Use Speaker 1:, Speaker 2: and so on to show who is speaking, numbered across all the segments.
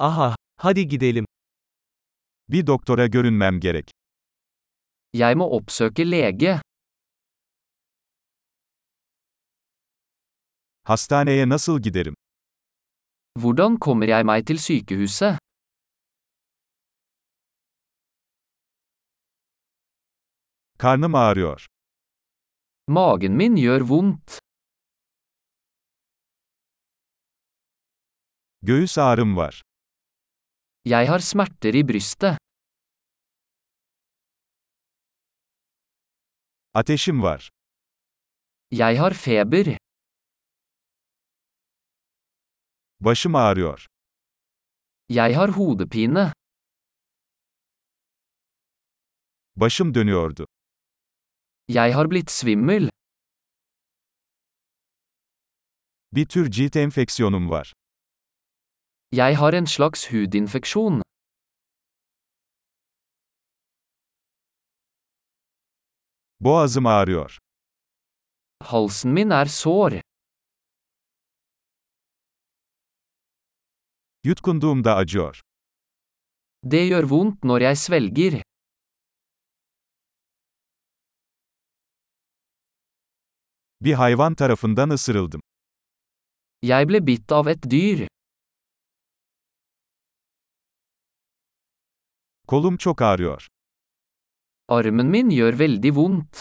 Speaker 1: Aha, hadi gidelim.
Speaker 2: Bir doktora görünmem gerek.
Speaker 3: Jeg må oppsøke lege.
Speaker 2: Hastaneye nasıl giderim?
Speaker 3: Hvordan kommer jeg meg til sykehuset?
Speaker 2: Karnım ağrıyor.
Speaker 3: Magen min gjør vondt.
Speaker 2: Göğüs ağrım var.
Speaker 3: Jeg har smerter i brystet.
Speaker 2: Ateşim var.
Speaker 3: Jeg har feber.
Speaker 2: Başım ağrıyor.
Speaker 3: Jeg har hodepine.
Speaker 2: Başım dönüyordu.
Speaker 3: Jeg har blitt svimmel.
Speaker 2: Bir tür cilt enfeksiyonum var.
Speaker 3: Jeg har en slags hudinfeksjon.
Speaker 2: Boğazım ağrıyor.
Speaker 3: Halsen min er sår.
Speaker 2: Yutkunduğumda acıyor.
Speaker 3: Det gjør vondt når jeg svelger.
Speaker 2: Bir hayvan tarafından ısırıldım.
Speaker 3: Jeg ble bitt av et dyr.
Speaker 2: Kolum çok ağrıyor.
Speaker 3: Armen min gjør veldig vondt.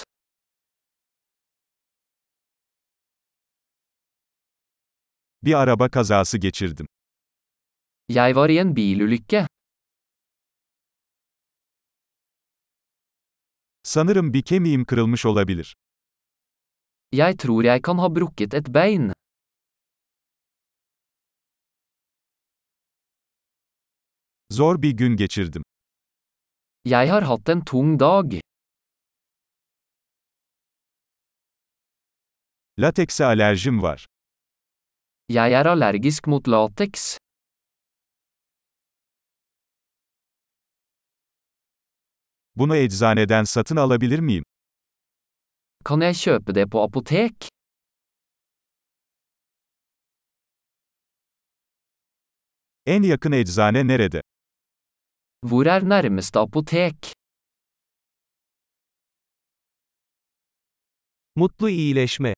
Speaker 2: Bir araba kazası geçirdim.
Speaker 3: Jeg var i en bilulykke.
Speaker 2: Sanırım bir kemiğim kırılmış olabilir.
Speaker 3: Jeg tror jeg kan ha brukket et bein.
Speaker 2: Zor bir gün geçirdim.
Speaker 3: Jeg har hatt en tung dag.
Speaker 2: Latekse alerjim var.
Speaker 3: Jeg er allergisk mot lateks.
Speaker 2: Bunu eczaneden satın alabilir miyim?
Speaker 3: Kan jeg kjøpe det på apotek?
Speaker 2: En yakın eczane nerede?
Speaker 3: Hvor er nærmeste apotek?
Speaker 1: Mutlu iyileşme.